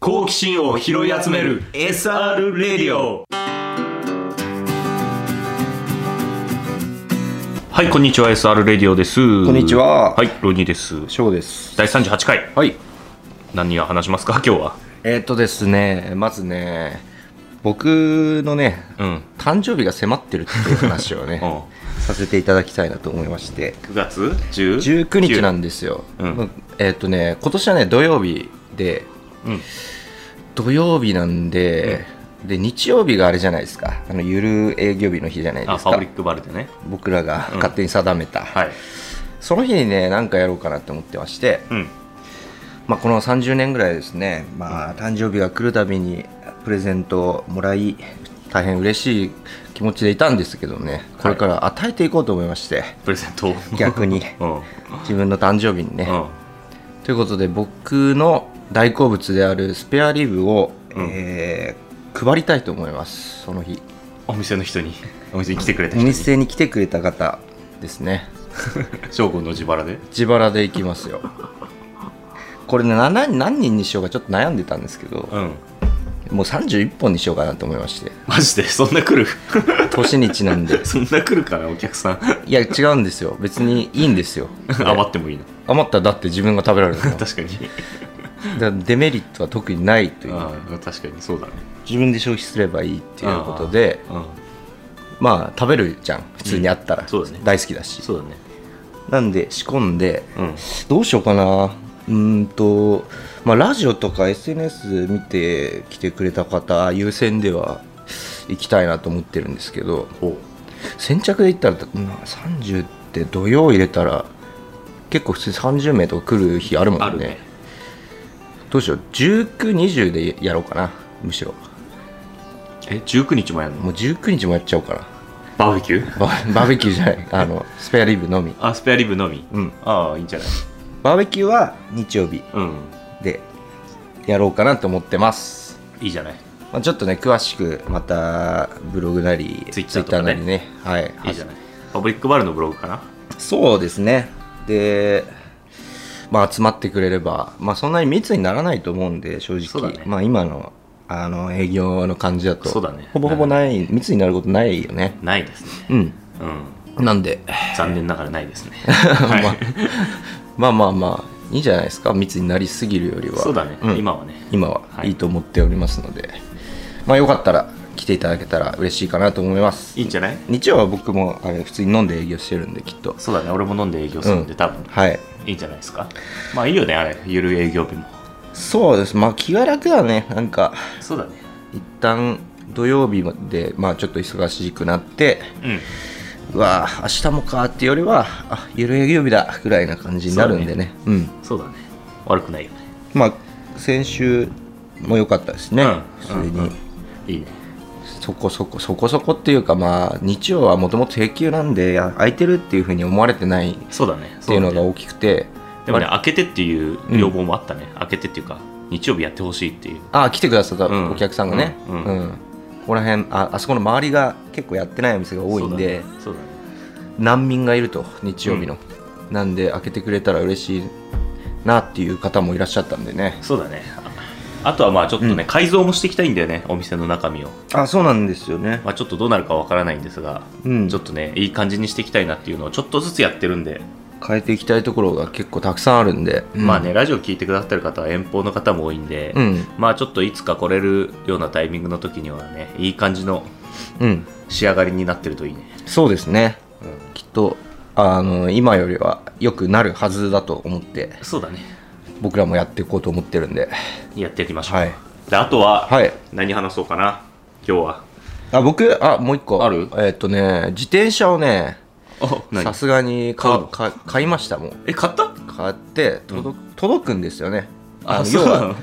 好奇心を拾い集める SR レディオはいこんにちは SR レディオですここんにちははいロニーです翔です第38回はい何が話しますか今日はえーっとですねまずね僕のねうん、誕生日が迫ってるっていう話をね させていただきたいなと思いまして9月10 19日なんんですよ、うんえーっとね今年はね土曜日でうん土曜日なんで、で日曜日があれじゃないですかあのゆる営業日の日じゃないあですファかブリックバルでね僕らが勝手に定めた、はいその日にね何かやろうかなって思ってまして、うんまあ、この30年ぐらいですね、まあ、誕生日が来るたびにプレゼントをもらい大変嬉しい気持ちでいたんですけどねこれから与えていこうと思いまして、プレゼントを逆 にうんうん自分の誕生日にね、ということで僕の大好物であるスペアリブを、うんえー配りたいと思いますその日お店の人にお店に来てくれた人おに店に来てくれた方ですね翔吾の自腹で自腹で行きますよこれね何何人にしようかちょっと悩んでたんですけどうんもう31本にしようかなと思いましてマジでそんな来る 年にちなんでそんな来るかなお客さんいや違うんですよ別にいいんですよ余ってもいいな余ったらだって自分が食べられるからだ か確かにらデメリットは特にないというああ確かにそうだね自分で消費すればいいっていうことでうんまあ食べるじゃん普通にあったら、うんそうだね大好きだしそうだねなんで仕込んでうんどうしようかなうーんとまあラジオとか SNS 見て来てくれた方優先では行きたいなと思ってるんですけどほ先着で言ったら、うん30って土曜入れたら結構普通に30名とか来る日あるもあんるねねどうしよう1920でやろうかなむしろえ19日もやるのもう19日もやっちゃおうかなバーベキューババーベキューじゃないあのスペアリブのみあスペアリブのみうんああいいんじゃないバーベキューは日曜日うんでやろうかなと思ってます、いいじゃないまあ、ちょっとね詳しくまたブログなり Twitter とかね Twitter なりねはいいいじゃないパブリックバルのブログかなそうですね。で、まあ、集まってくれれば、まあ、そんなに密にならないと思うんで、正そうだ直、ねまあ、今のあの営業の感じだと、そうだねほぼほぼない、密になることないよね。ないですねうん。うんなんで、残念ながらないですね はいまあまあまあ、いいんじゃないですか、密になりすぎるよりは。そうだねん今はね今ははいいいと思っておりますので、まあ、よかったら来ていただけたら嬉しいかなと思います。いいんじゃない日曜は僕もあれ普通に飲んで営業してるんで、きっと。そうだね俺も飲んで営業するんでうん多分はい。いいんじゃないですかまあいいよねあれゆる営業日もそうです。まあ、気が楽だね、なんか。そうだね一旦土曜日まで、まあ、ちょっと忙しくなってうんうわあ明日もかっていうよりはあゆる営業日だぐらいな感じになるんでねうそうだね悪くないよねんまあ先週も良かったですね、うん普通に、うんうんいいねそこそこそこそこっていうかまあ日曜はもともと定休なんでや空いてるっていうふうに思われてないっそうだねていうのそうがだね大きくてでもね開けてっていう要望もあったね開けてっていうか日曜日やってほしいっていうああ来てくださったうんお客さんがねううんん、うんここら辺ああそこの周りが結構やってないお店が多いんで、そうだね難民がいると日曜日の、なんで開けてくれたら嬉しいなっていう方もいらっしゃったんでねそうだねそうだねああとはまあちょっとね改造もしていきたいんだよねお店の中身をあそうなんですよねまあちょっとどうなるかわからないんですがうんちょっとねいい感じにしていきたいなっていうのをちょっとずつやってるんで変えていきたいところが結構たくさんあるんで、まあねラジオ聞いてくださってる方は遠方の方も多いんでうんまあちょっといつか来れるようなタイミングの時にはねいい感じのうん仕上がりになってるといいねそうですね、うんきっとあの今よりは良くなるはずだと思ってそうだね僕らもやっていこうと思ってるんでやっていきましょう、はいであとは、はい何話そうかな今日はあ僕あもう一個あるえっ、とね自転車をねあさ何すがに買買ううか買いましたもんえ買った買って届,、届くんですよねあのそう要なはの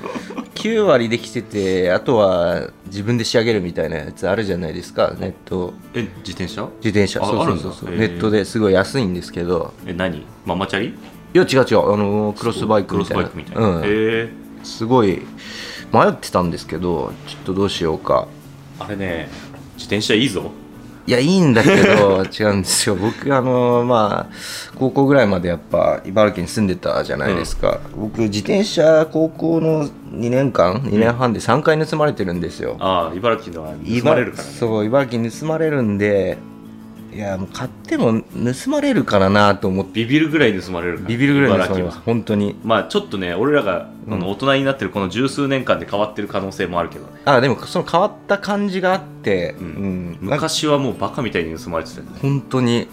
9割できててあとは自分で仕上げるみたいなやつあるじゃないですかネット え自転車自転車あそうあるんそうだそうそうへえネットですごい安いんですけどえ何ママチャリいや違う違うあのクロスバイククロみスたバいイなクみたいな、うんへえすごい迷ってたんですけどちょっとどうしようかあれね自転車いいぞいやいいんだけ ど違うんですよ僕あのまあ高校ぐらいまでやっぱ茨城に住んでたじゃないですか、僕自転車高校の2年間2年半で3回盗まれてるんですよ、ああ茨城のは盗まれるからねそう茨城盗まれるんでいやもう買っても盗まれるからなと思ってビビるぐらい盗まれるからビビるぐらい茨盗まれ城ますは本当にまあちょっとね俺らがあの大人になってるこの十数年間で変わってる可能性もあるけどね、あでもその変わった感じがあって、ううんんなんか昔はもうバカみたいに盗まれてたよね本当に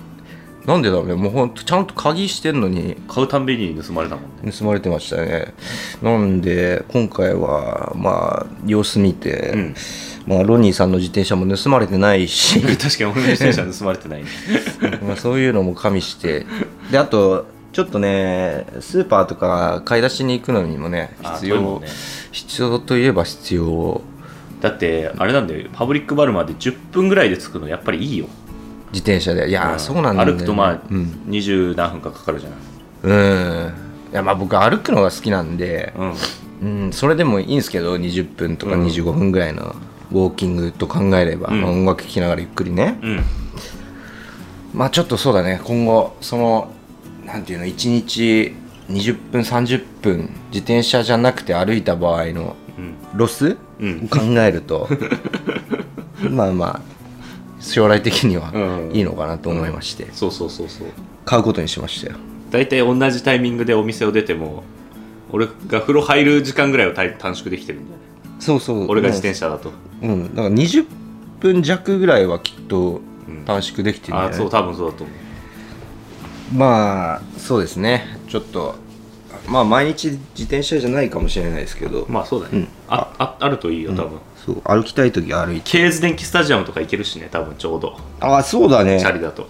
なんでだろうねもうほんとちゃんと鍵してんのに買うたんびに盗まれたもんね盗まれてましたねなんで今回はまあ様子見て、うんまあ、ロニーさんの自転車も盗まれてないし 確かに俺の自転車は盗まれてないねまあそういうのも加味してであとちょっとねスーパーとか買い出しに行くのにもねあ必そういうの要、もね必要といえば必要だってあれなんだよパブリックバルまで10分ぐらいで着くのやっぱりいいよ自転車でいやー、うんそうなんだよね、歩くとまあうん、 20何分かかかるじゃないうんいやまあ僕歩くのが好きなんで、うんうん、それでもいいんですけど20分とかうん25分ぐらいのウォーキングと考えれば、うんまあ音楽聴きながらゆっくりね、うんまあちょっとそうだね今後そのなんていうの1日20分30分自転車じゃなくて歩いた場合のうんロス、うん考え るとまあまあ将来的にはうんいいのかなと思いまして、そうそうそうそう買うことにしましたよ大体同じタイミングでお店を出ても俺が風呂入る時間ぐらいは短短縮できてるんだよねそうそう俺が自転車だと、うん、だから20分弱ぐらいはきっとうん短縮できてるんじゃあないそう多分そうだと思うまあそうですねちょっとまあ毎日自転車じゃないかもしれないですけど、まあそうだね、うんあああるといいよ多分、そう歩きたい時は歩いてケーズ電気スタジアムとか行けるしね多分ちょうどああそうだねチャリだと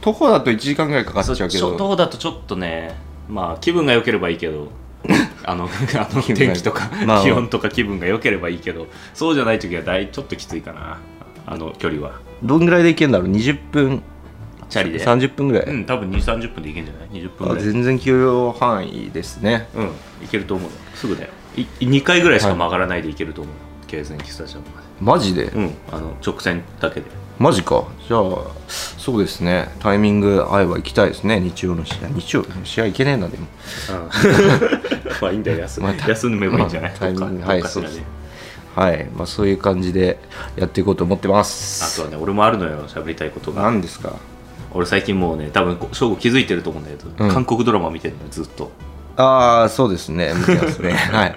徒歩だと1時間ぐらいかかっそうちゃうけ初ど頭だとちょっとねまあ気分が良ければいいけ どあのあの分が天気とか、まあ気温とか気分が良ければいいけどそうじゃない時はだいちょっときついかなあの距離はどんぐらいで行けるんだろう20分チャリで30分ぐらい、うん多分2 3 0分で行けんじゃない20分ぐあらい全然許容範囲ですねうん行けると思うよすぐだよ2回ぐらいしか曲がらないで行けると思う、ケーズ電気スタジアムまでマジで、うんあの直線だけでマジかじゃあそうですねタイミング合えば行きたいですね日曜の試合日曜の試合行けねえなでもうん まあいいんだよ休,、まあた休めばいいんじゃない、まあタイミングどっかはどっいかしらそうでですはい、まあ、そういう感じでやっていこうと思ってまあとすはね俺もあるのよ喋りたいことが何ですか俺最近もうね多分省吾気づいてると思うんだけど、うん韓国ドラマ見てるのよずっとああそうですね見てます ねはい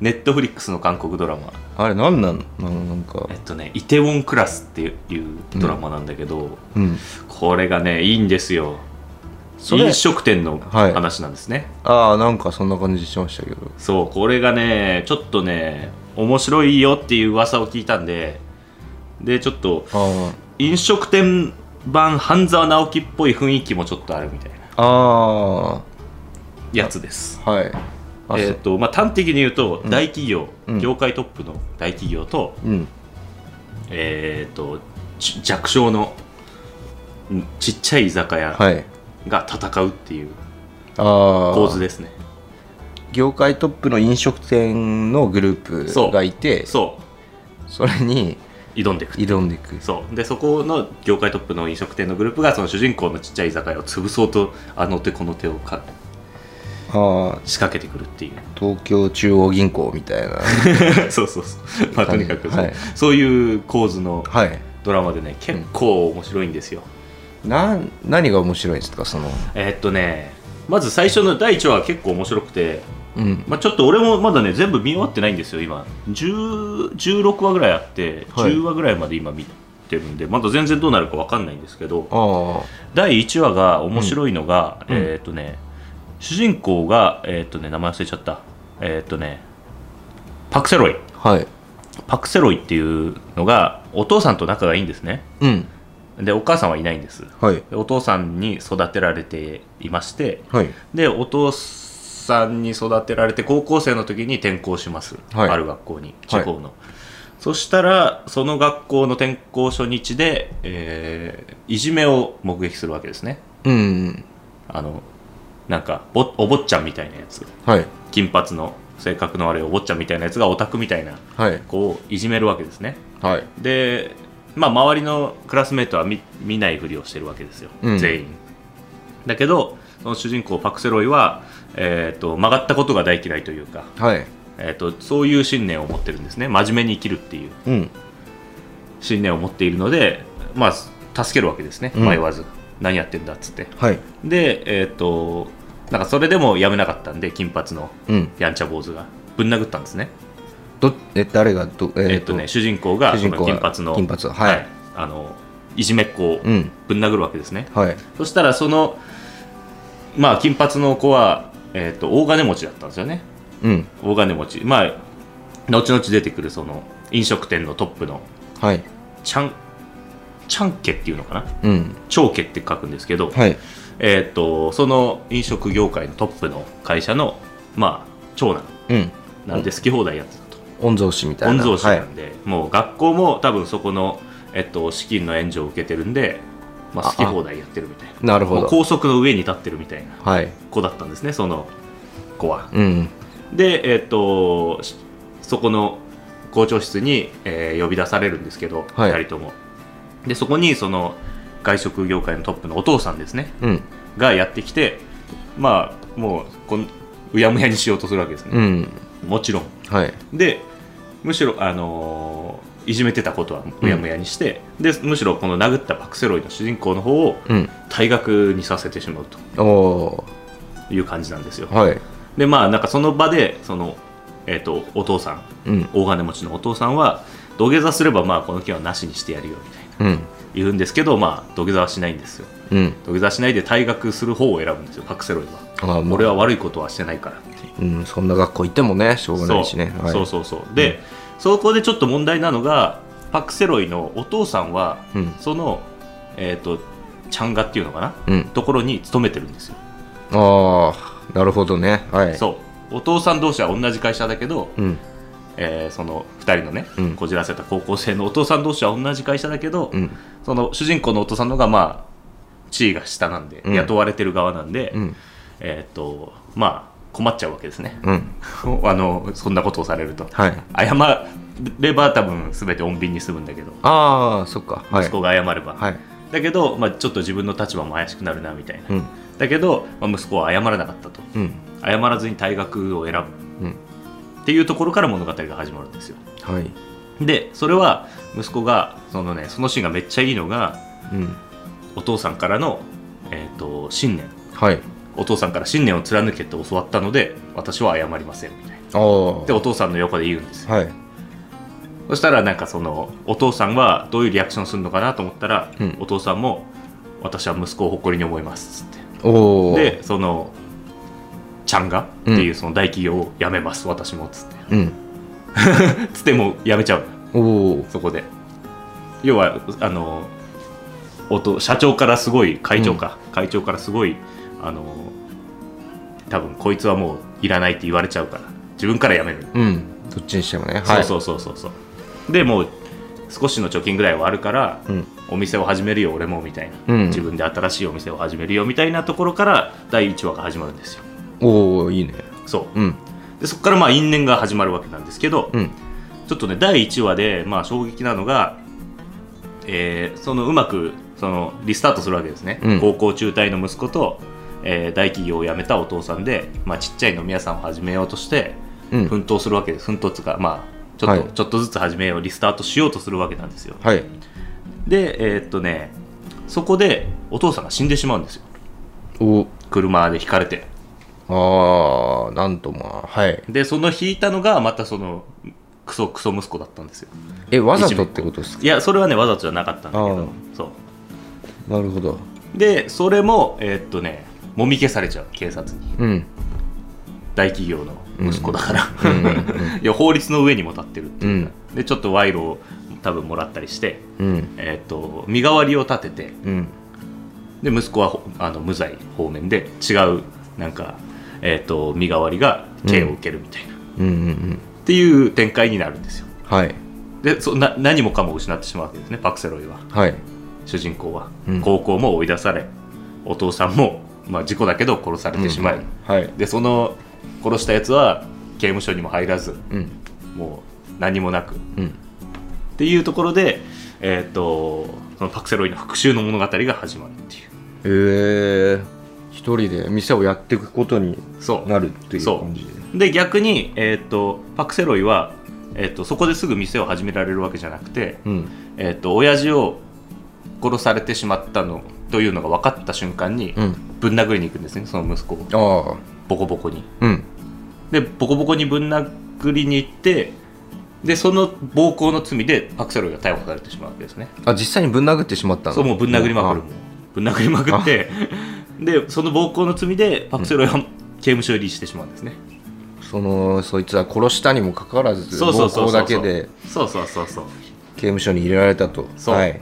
ネットフリックスの韓国ドラマあれ何なのなんなんかえっとね「イテウォンクラス」っていうドラマなんだけど、うんこれがねいいんですよそれ飲食店のはい話なんですね、ああなんかそんな感じしましたけどそうこれがねちょっとね面白いよっていう噂を聞いたんででちょっとあ飲食店版半沢直樹っぽい雰囲気もちょっとあるみたいなああやつですあはいあ、えっ、とまあ端的に言うとうん大企業、うん業界トップの大企業と、そううんえっ、とち弱小のんちっちゃい居酒屋はいが戦うっていうああ構図ですね業界トップの飲食店のグループがいてそそれにう挑んでいく挑んでいくそうでそこの業界トップの飲食店のグループがその主人公のちっちゃい居酒屋を潰そうとあの手この手をかああ仕掛けてくるって いう東京中央銀行みたい なそうそうそう、まあ、とにかくそう,、はいそういう構図のはいドラマでね結構面白いんですよ、な何が面白いんですかそのえーっとねまず最初の第1話は結構面白くて、うんまあ、ちょっと俺もまだね全部見終わってないんですよ今10 16話ぐらいあってはい10話ぐらいまで今見てるんで、まだ全然どうなるか分かんないんですけどああ第1話が面白いのが、うんえーっとね主人公がえーっとね名前忘れちゃったえーっとねパクセロイはいパクセロイっていうのがお父さんと仲がいいんですねうんでお母さんはいないんですはいでお父さんに育てられていましてはいでお父さんに育てられて高校生の時に転校します、はいある学校に地方の、そしたらその学校の転校初日で、えーいじめを目撃するわけですねうんあのなんかぼお坊ちゃんみたいなやつはい金髪の性格の悪いお坊ちゃんみたいなやつがオタクみたいなはい子をいじめるわけですねはいでまあ、周りのクラスメートは見見ないふりをしてるわけですよ、うん全員だけどその主人公パクセロイは、えー、と曲がったことが大嫌いというか、はいえー、とそういう信念を持ってるんですね真面目に生きるっていううん信念を持っているので、まあ、助けるわけですねうん迷わず、何やってんだっつってはいでえーっ、となんかそれでもやめなかったんで金髪のうんやんちゃ坊主がぶん殴ったんですねどえ誰がどええーーっ、とね主人公が主人公そがの金髪の金髪はいあのいじめっ子をうんぶん殴るわけですね、はいそしたらそのまあ金髪の子は、えーっと大金持ちだったんですよねうん大金持ちまあ後々出てくるその飲食店のトップのはいチャンチャンケっていうのかなうん長家って書くんですけど、はいえーっとその飲食業界のトップの会社の、まあ、長男うんなんで好き放題やってたと、御曹司みたい御な曹司はないんで、もう学校も多分そこの、えっと、資金の援助を受けてるんで、まあ、あ好き放題やってるみたいななるほもうど高速の上に立ってるみたいなはい子だったんですねその子はうんで、えーっとしそこの校長室に、えー呼び出されるんですけど、はい2人ともでそこにその外食業界のトップのお父さんですねうんがやってきてまあもうこんうやむやにしようとするわけですうね、んもちろんはいでむしろあのーいじめてたことはうやむやにして、でむしろこの殴ったパクセロイの主人公の方をうん退学にさせてしまうとおおいう感じなんですよ、ーはいでまあなんかその場でその、えー、とお父さんうん大金持ちのお父さんは土下座すればまあこの件はなしにしてやるよみたいなうん言うんですけどまあ土下座はしないんですようん土下座しないで退学する方を選ぶんですよパクセロイはあーまあ俺は悪いことはしてないからっていううんそんな学校行ってもねしょうがないしねそう,、はいそうそうそうで、そこでちょっと問題なのがパクセロイのお父さんは、うんそのえっ、とチャンガっていうのかな、うんところに勤めてるんですよ、ああなるほどねはいそうお父さん同士は同じ会社だけど、うんえーその2人のね、うんこじらせた高校生のお父さん同士は同じ会社だけど、うんその主人公のお父さんの方がまあ地位が下なんで、うん雇われてる側なんで、うんえっ、とまあ困っちゃうわけですねうん あのそんなことをされるとはい謝れば多分全て穏便に済むんだけど、ああそっかはい息子が謝れば、はいだけど、まあ、ちょっと自分の立場も怪しくなるなみたいな、うんだけど、まあ、息子は謝らなかったとうん謝らずに退学を選ぶうんっていうところから物語が始まるんですよはいでそれは息子がそのねそのシーンがめっちゃいいのがうんお父さんからの、えー、と信念はいお父さんから信念を貫けって教わったので私は謝りませんみたいなああでお父さんの横で言うんですよはいそしたらなんかそのお父さんはどういうリアクションするのかなと思ったら、うんお父さんも「私は息子を誇りに思います」っつっておおでそのちゃんがってうんいうその大企業を辞めます、私もっつって うんつってもう辞めちゃうおおそこで要はあのおと社長からすごい会長か、会長からすごいあの多分こいつはもういらないって言われちゃうから自分から辞めるうんどっちにしてもねはそういそうそうそうそうでもう少しの貯金ぐらいはあるから、うんお店を始めるよ俺もみたいな、うん自分で新しいお店を始めるよみたいなところから第1話が始まるんですよおおいいねそううんでそこからまあ因縁が始まるわけなんですけど、うんちょっとね第1話でまあ衝撃なのが、えーそのうまくそのリスタートするわけですね、うん高校中退の息子と、えー大企業を辞めたお父さんで、まあ、ちっちゃい飲み屋さんを始めようとしてうん奮闘するわけです奮闘っつうかまあちょっと、はいちょっとずつ始めようリスタートしようとするわけなんですよはいでえーっとねそこでお父さんが死んでしまうんですよお車でひかれてああなんとまあはいでそのひいたのがまたそのクソクソ息子だったんですよえわざとってことですかいやそれはねわざとじゃなかったんだけああどそなるほどうでそれもえーっとねもみ消されちゃう警察にうん大企業の息子だから、うんうん いや法律の上にも立ってるってういう、んでちょっと賄賂を多分もらったりして、うんえーっと身代わりを立ててうんで息子はほあの無罪方面で違うなんか、えー、と身代わりが刑を受けるみたいな、っうんうんていう展開になるんですよはいでそな何もかも失ってしまうわけですねパクセロイははい主人公は、うん高校も追い出されお父さんも、まあ、事故だけど殺されてしまい、はいでその殺したやつは刑務所にも入らずうんもう何もなくっうんていうところでえー、とそのパクセロイの復讐の物語が始まるっていうえー、一人で店をやっていくことにそうなるっていうそう感じでで逆に、えー、とパクセロイは、えー、とそこですぐ店を始められるわけじゃなくて、うんえー、と親父を殺されてしまったのというのが分かった瞬間にうんぶん殴りに行くんですねその息子をああボコボコにうんでボコボコにぶん殴りに行ってでその暴行の罪でパクセロイが逮捕されてしまうわけですねあ実際にぶん殴ってしまったのそうもうぶん殴りまくるもうぶん殴りまくってでその暴行の罪でパクセロイは刑務所入りしてしまうんですね、あそのそいつは殺したにもかかわらずそうそう暴そうそう行だけでそうそうそうそう刑務所に入れられたとそうはい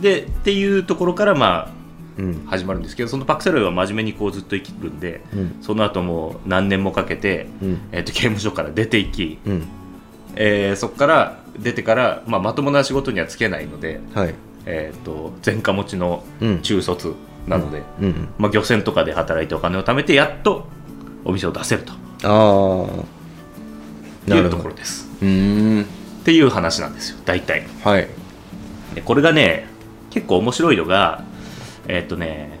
でっていうところからまうんあ始まるんですけどそのパクセロイは真面目にこうずっと生きるんで、うんその後もう何年もかけて、うんえっと刑務所から出ていき、うんえーそこから出てから、まあ、まともな仕事にはつけないので、はいえー、と前科持ちのうん中卒なので、うんまあ、漁船とかで働いてお金を貯めてやっとお店を出せるとああいうところですうーんっていう話なんですよ大体はいでこれがね結構面白いのがえーっとね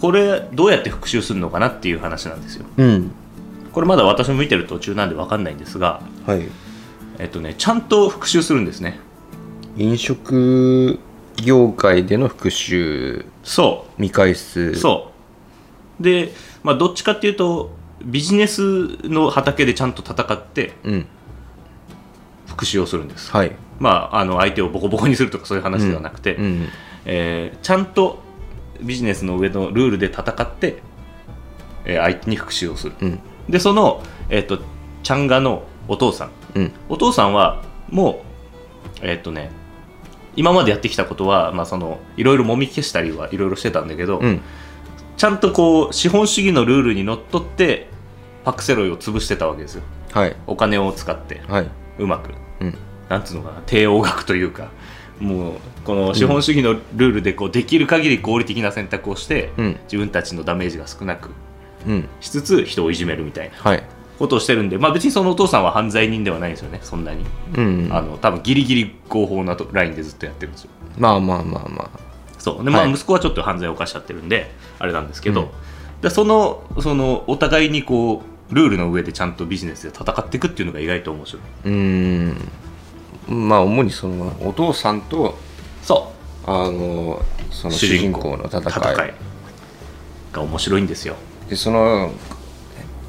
これどうやって復習するのかなっていう話なんですようんこれまだ私も見てる途中なんで分かんないんですがはいえーっとねちゃんと復習するんですね飲食業界での復讐そ見返すうそうでまあどっちかっていうとビジネスの畑でちゃんと戦ってううん復讐をするんですはいまああの相手をボコボコにするとかそういう話ではなくて、うんえーちゃんとビジネスの上のルールで戦って、えー相手に復讐をするうんでその、えー、とチャンガのお父さんうんお父さんはもうえっ、とね今までやってきたことは、まあ、そのいろいろもみ消したりはいろいろしてたんだけど、うんちゃんとこう資本主義のルールにのっとってパクセロイを潰してたわけですよはいお金を使ってはいうまくうんなんつうのかな帝王学というかもうこの資本主義のルールでこうできる限り合理的な選択をして、うん自分たちのダメージが少なくうんしつつ人をいじめるみたいなはいことをしてるんで、まあ、別にそのお父さんは犯罪人ではないんですよねそんなに、うんあの多分ギリギリ合法なとラインでずっとやってるんですよまあまあまあまそうでまあはい息子はちょっと犯罪を犯しちゃってるんであれなんですけど、うんでそのそのお互いにこうルールの上でちゃんとビジネスで戦っていくっていうのが意外と面白いあうんまあ主にそのお父さんとそうあのその主人公の戦いが面白いんですよでその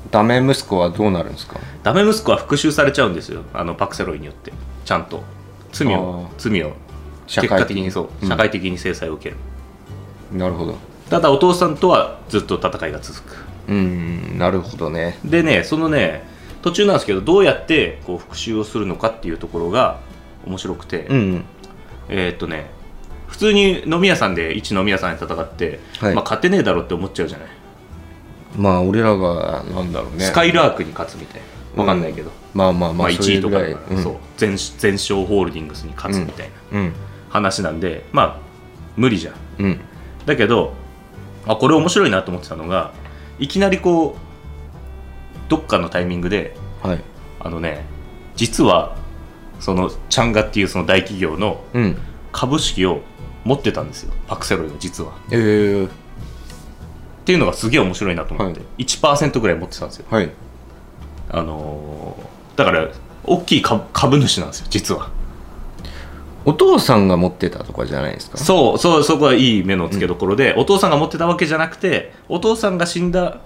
ダメ息子はどうなるんですかダメ息子は復讐されちゃうんですよあのパクセロイによってちゃんと罪をあー罪を社会結的果的ににそううん社会的に制裁を受ける、なるほどただお父さんとはずっと戦いが続くうんなるほどねでねそのね途中なんですけどどうやってこう復讐をするのかっていうところが面白くて、うんえーっとね普通に飲み屋さんで一飲み屋さんで戦って、はいまあ、勝てねえだろうって思っちゃうじゃない、まあ俺らがなんだろうねスカイラークに勝つみたいなわかんないけど、まあまあままああ、1位とかそだれぐからいうんそう全全勝ホールディングスに勝つみたいなうん話なんで、まあ無理じゃんうんだけどあこれ面白いなと思ってたのがいきなりこうどっかのタイミングではいあのね実はそのチャンガっていうその大企業のうん株式を持ってたんですよパクセロイが実はえー、っていうのがすげえ面白いなと思って、は1%ぐらい持ってたんですよはいあのーだから大きい株株主なんですよ実はお父さんが持ってたとかじゃないですかそうそうそこはいい目の付けどころで、お父さんが持ってたわけじゃなくてお父さんが死んだ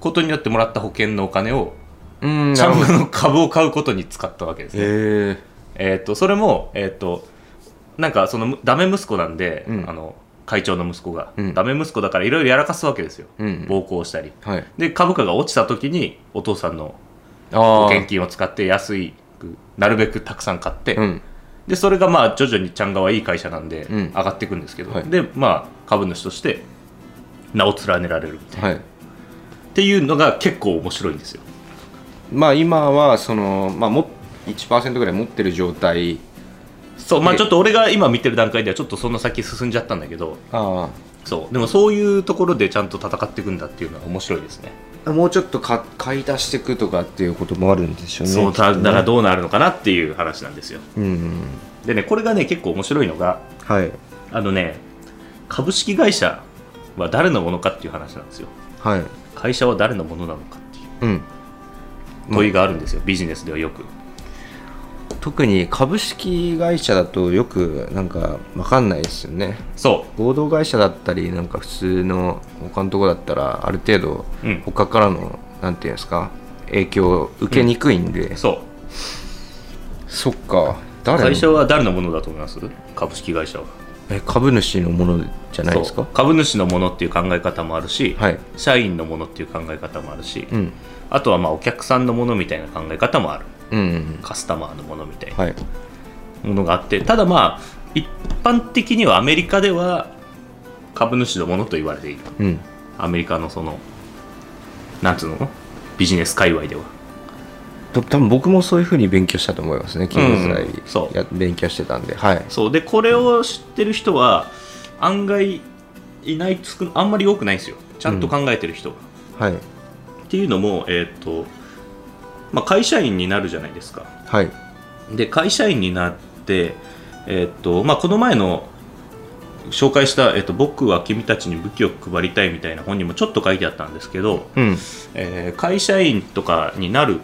ことによってもらった保険のお金をううんチャンなるほガどの株を買うことに使ったわけですねえー、えーっとそれもえーっとなんかそのダメ息子なんで、うんあの会長の息子が、うんダメ息子だからいろいろやらかすわけですよ、うん暴行したりはいで株価が落ちた時にお父さんのあ保あ険金を使って安いくなるべくたくさん買って、うんでそれがまあ徐々にちゃんがはいい会社なんでうん上がっていくんですけど、はいでまあ株主として名を連ねられるみたいなはいっていうのが結構面白いんですよまあ今はその、まあ、も1%ぐらい持ってる状態そうまあでちょっと俺が今見てる段階ではちょっとその先進んじゃったんだけどああそうでもそういうところでちゃんと戦っていくんだっていうのは面白いですねもうちょっとか買い足していくとかっていうこともあるんでしょうねそうたきっとねだからどうなるのかなっていう話なんですようんうんでねこれがね結構面白いのがはいあのね株式会社は誰のものかっていう話なんですよはい会社は誰のものなのかっていううん問いがあるんですよ、ビジネスではよく特に株式会社だとよくなんかわかんないですよねそ合同会社だったりなんか普通の他のとこだったらある程度うん他からのなんていうんですか影響を受けにくいんで、うそうそっか誰の会社は誰のものだと思います株式会社はえ株主のものじゃないですそうか株主のものっていう考え方もあるし、はい社員のものっていう考え方もあるし、うんあとはまあお客さんのものみたいな考え方もあるうんうんカスタマーのものみたいなはいものがあってただまあ一般的にはアメリカでは株主のものと言われているうんアメリカのそのなんつうのビジネス界隈ではと多分僕もそういうふうに勉強したと思いますね経済うんそうや勉強してたんではいそうでこれを知ってる人は案外いないつくあんまり多くないんですよちゃんと考えてる人が、はいっていうのも、えーっとまあ、会社員になるじゃないですかはいで会社員になって、えーっとまあ、この前の紹介した、えーっと「僕は君たちに武器を配りたい」みたいな本にもちょっと書いてあったんですけど、うんえー会社員とかになる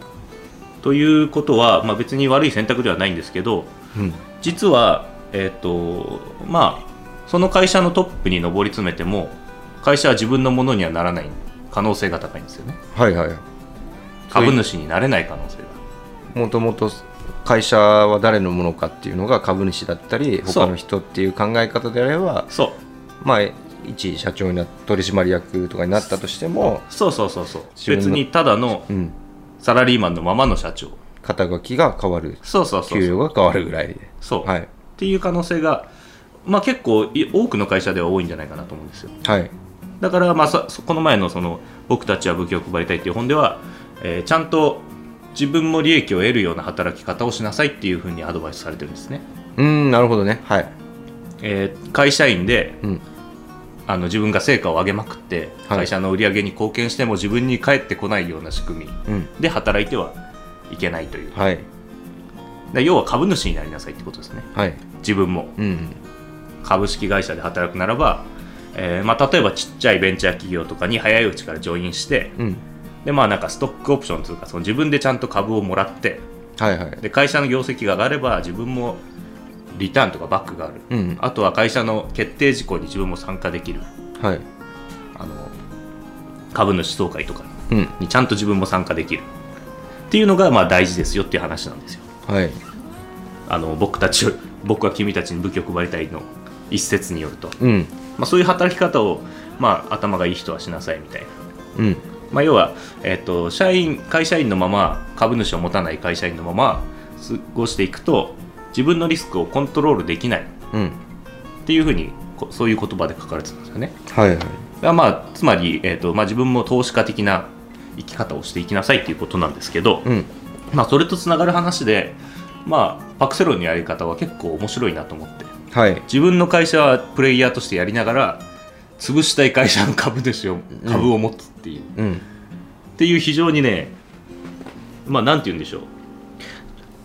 ということは、まあ、別に悪い選択ではないんですけどうん実は、えーっとまあ、その会社のトップに上り詰めても会社は自分のものにはならない可能性が高いんですよね。はいはい株主になれない可能性がもともと会社は誰のものかっていうのが株主だったりそう他の人っていう考え方であればそうまあ一社長にな取締役とかになったとしても、そうそうそうそう自分の別にただのうん、サラリーマンのままの社長肩書きが変わるそうそうそう給そう料が変わるぐらいでそう、はっいていう可能性が、まあ、結構い多くの会社では多いんじゃないかなと思うんですよはいだから、まあ、さそこの前のその「僕たちは武器を配りたい」っていう本では、えーちゃんと自分も利益を得るような働き方をしなさいっていうふうにアドバイスされてるんですね、うんなるほどねはいえー会社員でうんあの自分が成果を上げまくってはい会社の売り上げに貢献しても自分に返ってこないような仕組みうんで働いてはいけないというはいで要は株主になりなさいってことですねはい自分もうん株式会社で働くならば、えーまあ、例えばちっちゃいベンチャー企業とかに早いうちからジョインしてうんでまあなんかストックオプションというかその自分でちゃんと株をもらってはいはいで会社の業績が上がれば自分もリターンとかバックがある、うんあとは会社の決定事項に自分も参加できるはいあの株主総会とかうんにちゃんと自分も参加できるっていうのがまあ大事ですよっていう話なんですよはいあの僕たち僕は君たちに武器を配りたいの一説によると、うんまあ、そういう働き方を、まあ、頭がいい人はしなさいみたいな、うんまあ、要は、えっと社員会社員のまま株主を持たない会社員のまま過ごしていくと自分のリスクをコントロールできないっうんていうふうにこそういう言葉で書かれてたんですよねはいはいだからまあ、つまり、えっとまあ、自分も投資家的な生き方をしていきなさいっていうことなんですけど、うんまあ、それとつながる話で、まあ、パクセロンのやり方は結構面白いなと思ってはい自分の会社はプレイヤーとしてやりながら潰したい会社の株主を株を持つっていう、っうんていう非常にねまあなんて言うんでしょう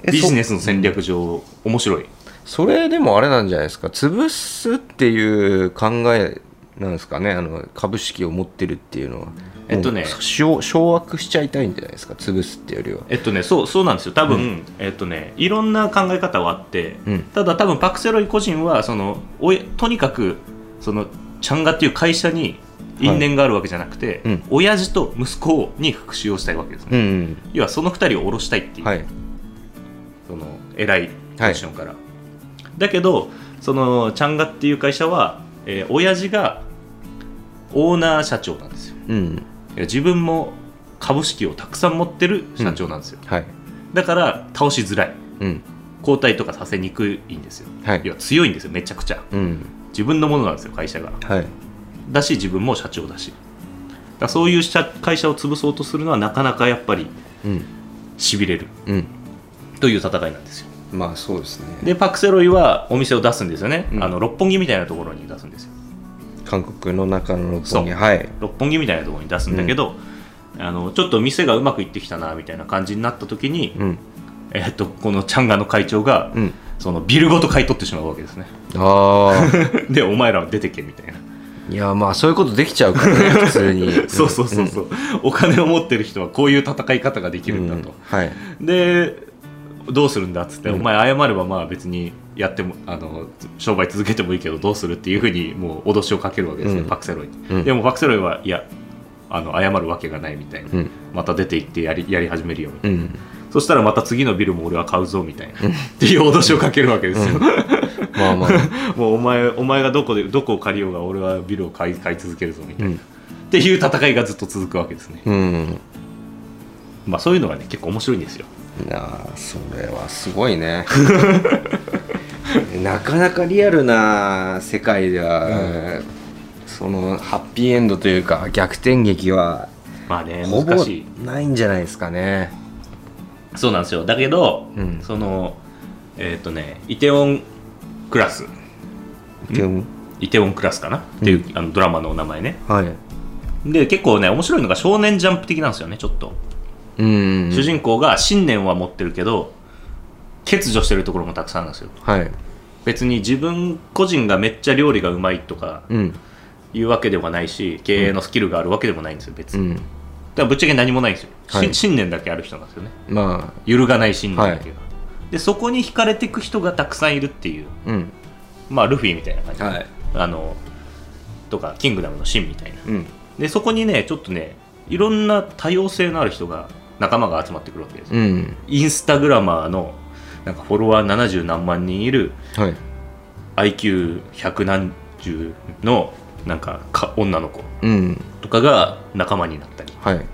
えビジネそスの戦略上面白いそれでもあれなんじゃないですか潰すっていう考えなんですかねあの株式を持ってるっていうのはえっとねもう掌掌握しちゃいたいんじゃないですか潰すっていうよりはえっとねそうそうなんですよ多分、えっとねいろんな考え方はあって、うんただ多分パクセロイ個人はそのおいとにかくそのチャンガっていう会社に因縁があるわけじゃなくて、うん親父と息子に復讐をしたいわけですね、うん、要はその2人を下ろしたいっていう、はいその偉いポジションから、だけどそのチャンガっていう会社は、えー親父がオーナー社長なんですようんいや自分も株式をたくさん持ってる社長なんですよ、はいだから倒しづらいうん交代とかさせにくいんですよ、はい要は強いんですよめちゃくちゃうん自分のものなんですよ会社がはいだし自分も社長だしだからそういう社会社を潰そうとするのはなかなかやっぱりうんしびれるうんという戦いなんですよまあそうですねでパクセロイはお店を出すんですよね、うんあの六本木みたいなところに出すんですよ韓国の中の六本木そうはい六本木みたいなところに出すんだけど、あのちょっと店がうまくいってきたなみたいな感じになった時に、うんえーっとこのチャンガの会長が、うんそのビルごと買い取ってしまうわけです ねああでお前らは出てけみたいないやまあそういうことできちゃうから ね普通にそうそうそうそう、お金を持ってる人はこういう戦い方ができるんだうんと、はいでどうするんだっつって、うんお前謝ればまあ別にやってもあの商売続けてもいいけどどうするっていうふうにもう脅しをかけるわけですね、うんパクセロイに、うんでもパクセロイはいやあの謝るわけがないみたいな、うんまた出て行ってやりやり始めるよみたいなうんそしたらまた次のビルも俺は買うぞみたいなっていう脅しをかけるわけですよ、まあまあもうお前お前がどこでどこを借りようが俺はビルを買い買い続けるぞみたういな、んっていう戦いがずっと続くわけですね、うんまあそういうのがね結構面白いんですよいやーそれはすごいね なかなかリアルな世界では、そのハッピーエンドというか逆転劇はまあねほぼ難しいないんじゃないですかねそうなんですよだけど、うんそのえーっ、とねイテウォンクラスでもイテウォンクラスかなっていう、あのドラマのお名前ねはいで結構ね面白いのが少年ジャンプ的なんですよねちょっと、うん主人公が信念は持ってるけど欠如してるところもたくさんあるんですよはい別に自分個人がめっちゃ料理がうまいとかうんいうわけではないし経営のスキルがあるわけでもないんですよ別うに、だんからぶっちゃけ何もないんですよ、しはい信念だけある人なんですよねま揺るがない信念だけが、でそこに惹かれていく人がたくさんいるっていうあうんまあルフィみたいな感じ、はいあのとかキングダムのシンみたいなうんでそこにねちょっとねいろんな多様性のある人が仲間が集まってくるわけですよ、うんインスタグラマーのなんかフォロワー70何万人いるはい IQ100 何十のなんかか女の子うんとかが仲間になったりはい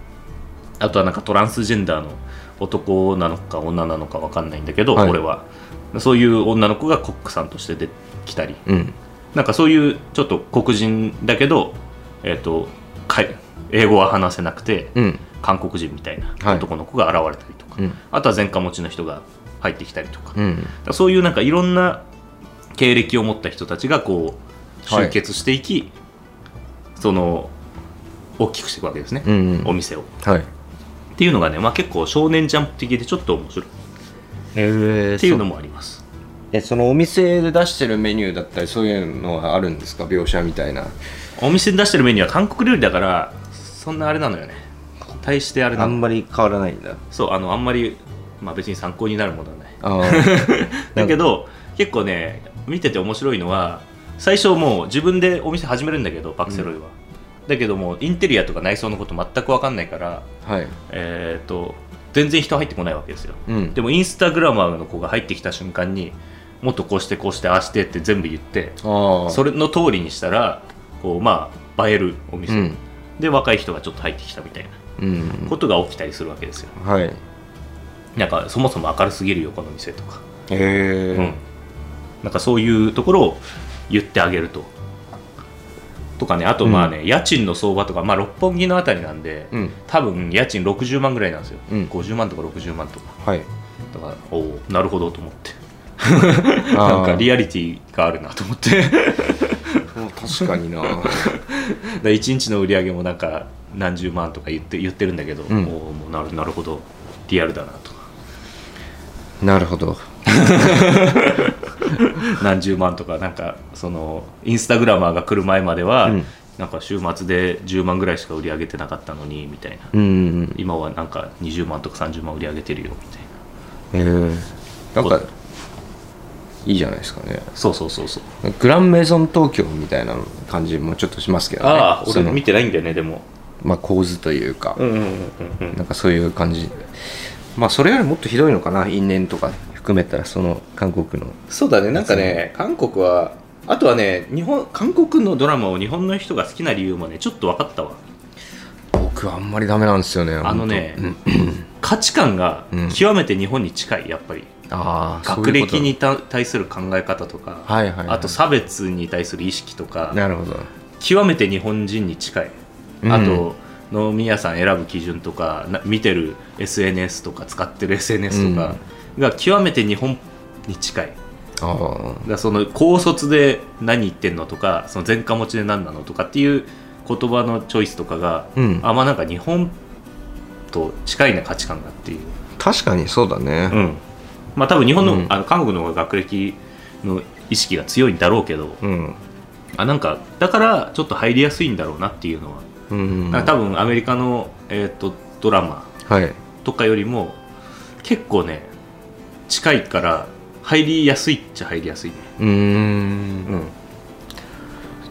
あとはなんかトランスジェンダーの男なのか女なのか分かんないんだけど、はい俺はそういう女の子がコックさんとして出てきたりうんなんかそういうちょっと黒人だけど、えっとかい英語は話せなくてうん韓国人みたいなはい男の子が現れたりとか、うんあとは前科持ちの人が入ってきたりとか,、だうかんらそういうなんかいろんな経歴を持った人たちがこうはい集結していき、その大きくしていくわけですね、うんお店を。はいっていうのがね、まあ、結構少年ジャンプ的でちょっと面白いっえーていうのもありますえそのお店で出してるメニューだったりそういうのはあるんですか描写みたいなお店に出してるメニューは韓国料理だからそんなあれなのよね対してあれあなのんまり変わらないんだそうあのあんまり、まあ、別に参考になるものはないあ ーだけど結構ね見てて面白いのは最初もう自分でお店始めるんだけどパクセロイは、だけどもうインテリアとか内装のこと全く分かんないからはいえっ、と全然人入ってこないわけですようんでもインスタグラマーの子が入ってきた瞬間にもっとこうしてこうしてああしてって全部言ってああそれれの通りにしたらこうまあ映えるおう店、んで若い人がちょっと入ってきたみたいなうんことが起きたりするわけですよはいへなんかそもそも明るすぎるよこの店とか、えうんなんかそういうところを言ってあげるととかねあとまあね、家賃の相場とか、まあ、六本木のあたりなんで、うん多分家賃60万ぐらいなんですよ、うん50万とか60万とかはいだからおおなるほどと思ってあーなん かリアリティがあるなと思って 確かになだ1日の売り上げもなんか何十万とか言って言ってるんだけど、んおーもうなるなるほどリアルだなとかなるほど何十万とかなんかそのインスタグラマーが来る前までは、うんなんか週末で10万ぐらいしか売り上げてなかったのにみたいな、うん今はなんか20万とか30万売り上げてるよみたいなへえなんかいいじゃないですかねそうそうそうそうグランメゾン東京みたいな感じもちょっとしますけどねああそ俺の見てないんだよねでもまあ構図というかうんうんうんうんうんなんかそういう感じ。まあ、それよりもっとひどいのかな、因縁とか含めたら、その韓国の。そうだねなんかね韓国はあとはね日本韓国のドラマを日本の人が好きな理由もねちょっと分かったわ僕はあんまりダメなんですよね。あのね本、価値観がうん極めて日本に近い、やっぱり当、ああ、学そう歴いうにた対する考え方とか、はいはいはいあと差別に対する意識とかこと。、なるほど。極めて日本人に近い、うんあと飲み屋さん選ぶ基準とか、な見てる SNS とか、使ってる SNS とかが極めて日本に近い。あだからその高卒で何言ってんのとかその前科持ちで何なのとかっていう言葉のチョイスとかが、うんあんまなんか日本と近いな価値観がっていう、確かにそうだね、うんまあ、多分日本の,、うんあの韓国の方が学歴の意識が強いんだろうけど、うんあなんかだからちょっと入りやすいんだろうなっていうのは、うんなんか多分アメリカの、えー、とドラマはいとかよりも結構ね近いから入りやすいっちゃ入りやすいね、うーんん、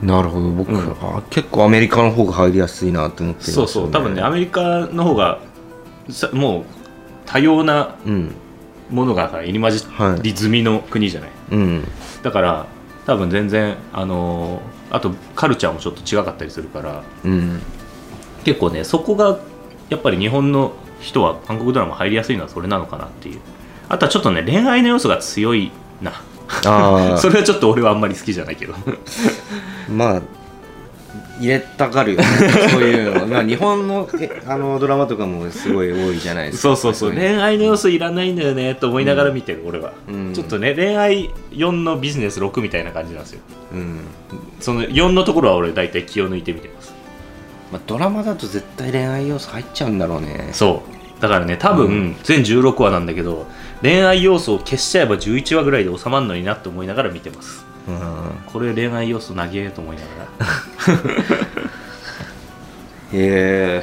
なるほど僕、うんあ結構アメリカの方が入りやすいなと思ってるんですそようそう多分ねアメリカの方がさもう多様なうんものがさ入り混じはいり済みの国じゃない、うんだから多分全然あのーあとカルチャーもちょっと違かったりするからうん結構ねそこがやっぱり日本の人は韓国ドラマ入りやすいのはそれなのかなっていうあとはちょっとね恋愛の要素が強いな あそれはちょっと俺はあんまり好きじゃない けどあまあ入れたが るよねそういうの、まあ、日本のえあのドラマとかもすごい多いじゃないですかそうそうそうね恋愛の要素いらないんだよねと思いながら見てる俺は、うんちょっとね恋愛4のビジネス6みたいな感じなんですようんその4のところは俺大体気を抜いて見てますまあ、ドラマだと絶対恋愛要素入っちゃうんだろうねそうだからね多分、うん全16話なんだけど恋愛要素を消しちゃえば11話ぐらいで収まるのになって思いながら見てますうんこれ恋愛要素長えと思いながらへえ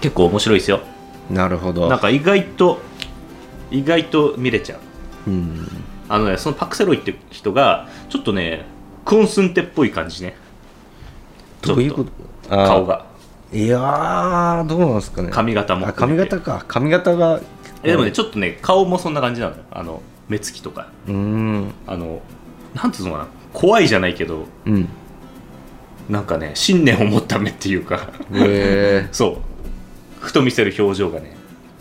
結構面白いですよなるほどなんか意外と意外と見れちゃううんあのねそのパクセロイって人がちょっとねクンスンテっぽい感じねどういうちょことっあー顔がいやーどうなんですかね髪型もあ髪型か髪型がえでもねちょっとね顔もそんな感じなのよあの目つきとかうーんあのなんつうのかな怖いじゃないけど うんなんかね信念を持った目っていうか へえそうふと見せる表情がね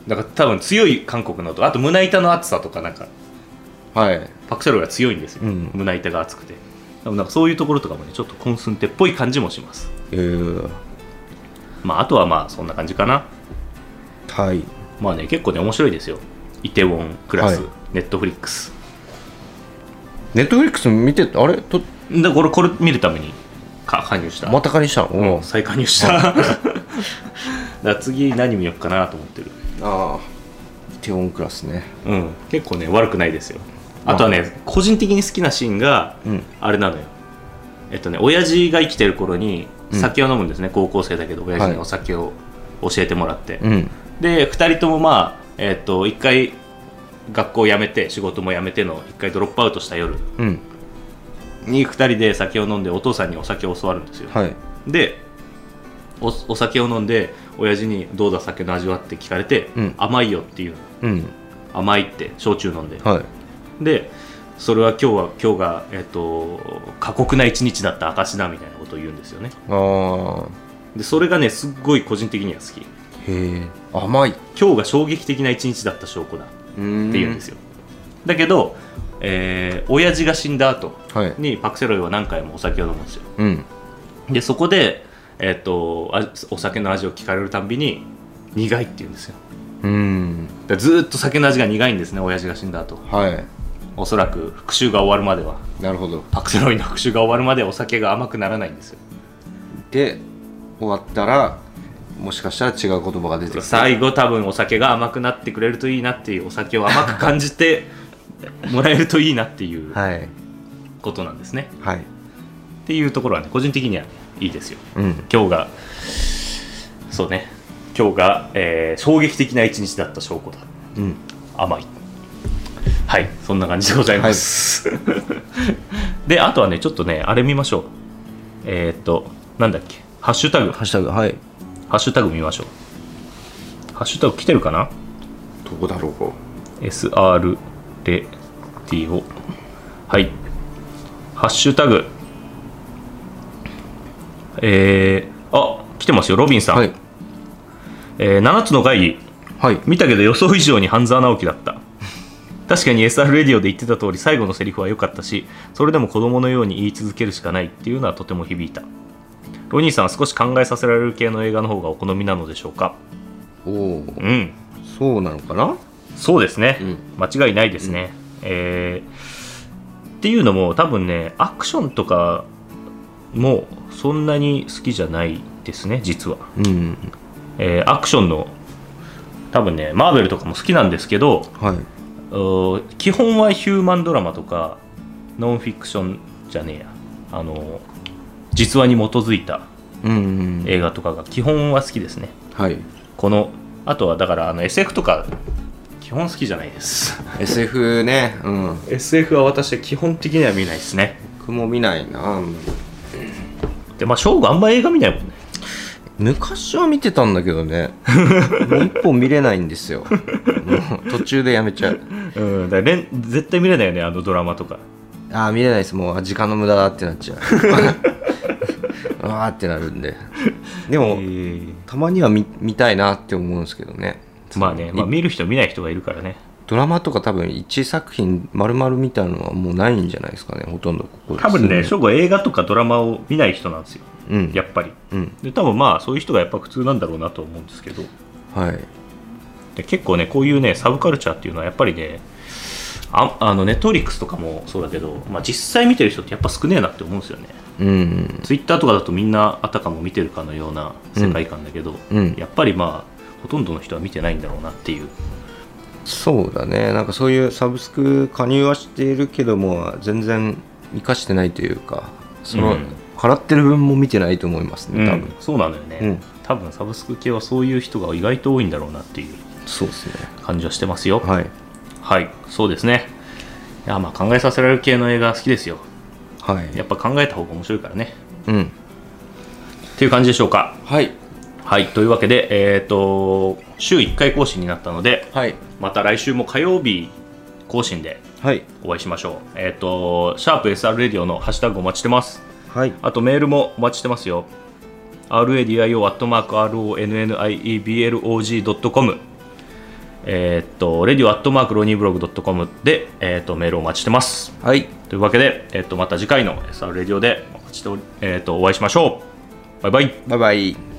だから多分強い韓国のとあと胸板の厚さとかなんかはいパクセロイが強いんですよ、うん胸板が厚くてでもなんかそういうところとかもねちょっとコンスンテっぽい感じもしますえー、まああとはまあそんな感じかなはいまあね結構ね面白いですよイテウォンクラス、はいネットフリックスネットフリックス見てあれとでこれこれ見るためにか加入したまたかにしたの、うん、再加入した だから次何見よっかなと思ってるああテオンクラスねうん結構ね悪くないですよあとはね個人的に好きなシーンがうんあれなのよえっとね親父が生きてる頃にうん酒を飲むんですね、高校生だけど親父にはいお酒を教えてもらって、うんで2人ともまあえっと1回学校辞めて仕事も辞めての1回ドロップアウトした夜うんに2人で酒を飲んでお父さんにお酒を教わるんですよ、はいでおお酒を飲んで親父に「どうだ酒の味は?」って聞かれて「うん甘いよ」っていうのうん甘いって焼酎飲んで、はいでそれは今日は今日が、えっと過酷な一日だった証だみたいなことを言うんですよねああでそれがねすっごい個人的には好きへえ甘い今日が衝撃的な一日だった証拠だっってて言うんですよ、だけど、えー親父が死んだ後はいにパクセロイは何回もお酒を飲むんですようんでそこで、えっとあお酒の味を聞かれるたんびに苦いって言うんですようんだからずーっと酒の味が苦いんですね親父が死んだ後はいおそらく復讐が終わるまではなるほどパクセロイの復讐が終わるまでお酒が甘くならないんですよで終わったらもしかしたら違う言葉が出てきて最後多分お酒が甘くなってくれるといいなっていうお酒を甘く感じてもらえるといいなっていうはいことなんですねはいっていうところはね個人的にはいいですようん今日がそうね今日が、えー衝撃的な一日だった証拠だうん甘いはいそんな感じでございます、 であとはねちょっとねあれ見ましょうえーっとなんだっけハッシュタグハッシュタグはいハッシュタグ見ましょうハッシュタグ来てるかなどこだろう ?SR レディオはいハッシュタグえー、あ来てますよロビンさん、はいえ7つの会議はい見たけど予想以上に半沢直樹だった確かに SR レディオで言ってた通り最後のセリフは良かったしそれでも子供のように言い続けるしかないっていうのはとても響いたロニーさんは少し考えさせられる系の映画の方がお好みなのでしょうかおおーうんそうなのかなそうですね、う間違いないですね、えーっていうのも多分ねアクションとかもそんなに好きじゃないですね実はうんえーアクションの多分ねマーベルとかも好きなんですけどはいうー基本はヒューマンドラマとかノンフィクションじゃねえやあの実話に基づいたうんうん映画とかが基本は好きですねはいこのあとはだからあの SF とか基本好きじゃないです SF ねうん SF は私は基本的には見ないですね僕も見ないなあんまりでまあ翔吾あんま映画見ないもんね昔は見てたんだけどねもう一本見れないんですよもう途中でやめちゃううんだから連絶対見れないよねあのドラマとかああ見れないですもうあ時間の無駄だってなっちゃう うわーってなるんででも、たまには見見たいなって思うんですけどねまあね、まあ、見る人見ない人がいるからねドラマとか多分1作品丸々見たのはもうないんじゃないですかねほとんどここ多分ね数翔吾は映画とかドラマを見ない人なんですよ年うんやっぱりうんで多分まあそういう人がやっぱ普通なんだろうなと思うんですけどはいで結構ねこういうねサブカルチャーっていうのはやっぱりねああのネットフリックスとかもそうだけど、まあ、実際見てる人ってやっぱ少ねえなって思うんですよねうんツイッターとかだとみんなあたかも見てるかのような世界観だけど、うんうんやっぱりまあほとんどの人は見てないんだろうなっていうそうだねなんかそういうサブスク加入はしているけども全然生かしてないというかその、うん払ってる分も見てないと思いますね多分、うんそうなのよね、うん多分サブスク系はそういう人が意外と多いんだろうなっていうそうですね感じはしてますよはい、はいそうですねいやまあ考えさせられる系の映画好きですよはいやっぱ考えた方が面白いからねうんっていう感じでしょうかはいはいというわけでえっ、と週1回更新になったのではいまた来週も火曜日更新ではいお会いしましょうえっ、とシャープ s r レディオのハッシュタグお待ちしてますはいあとメールもお待ちしてますよ。radio.ronniebl.og.com えーっと、radio.ronniblog.com で、えーっとメールをお待ちしてます。はいというわけで、えーっとまた次回の SR レディオでお待ちしており、えーっとお会いしましょう。バイバイ。バイバイ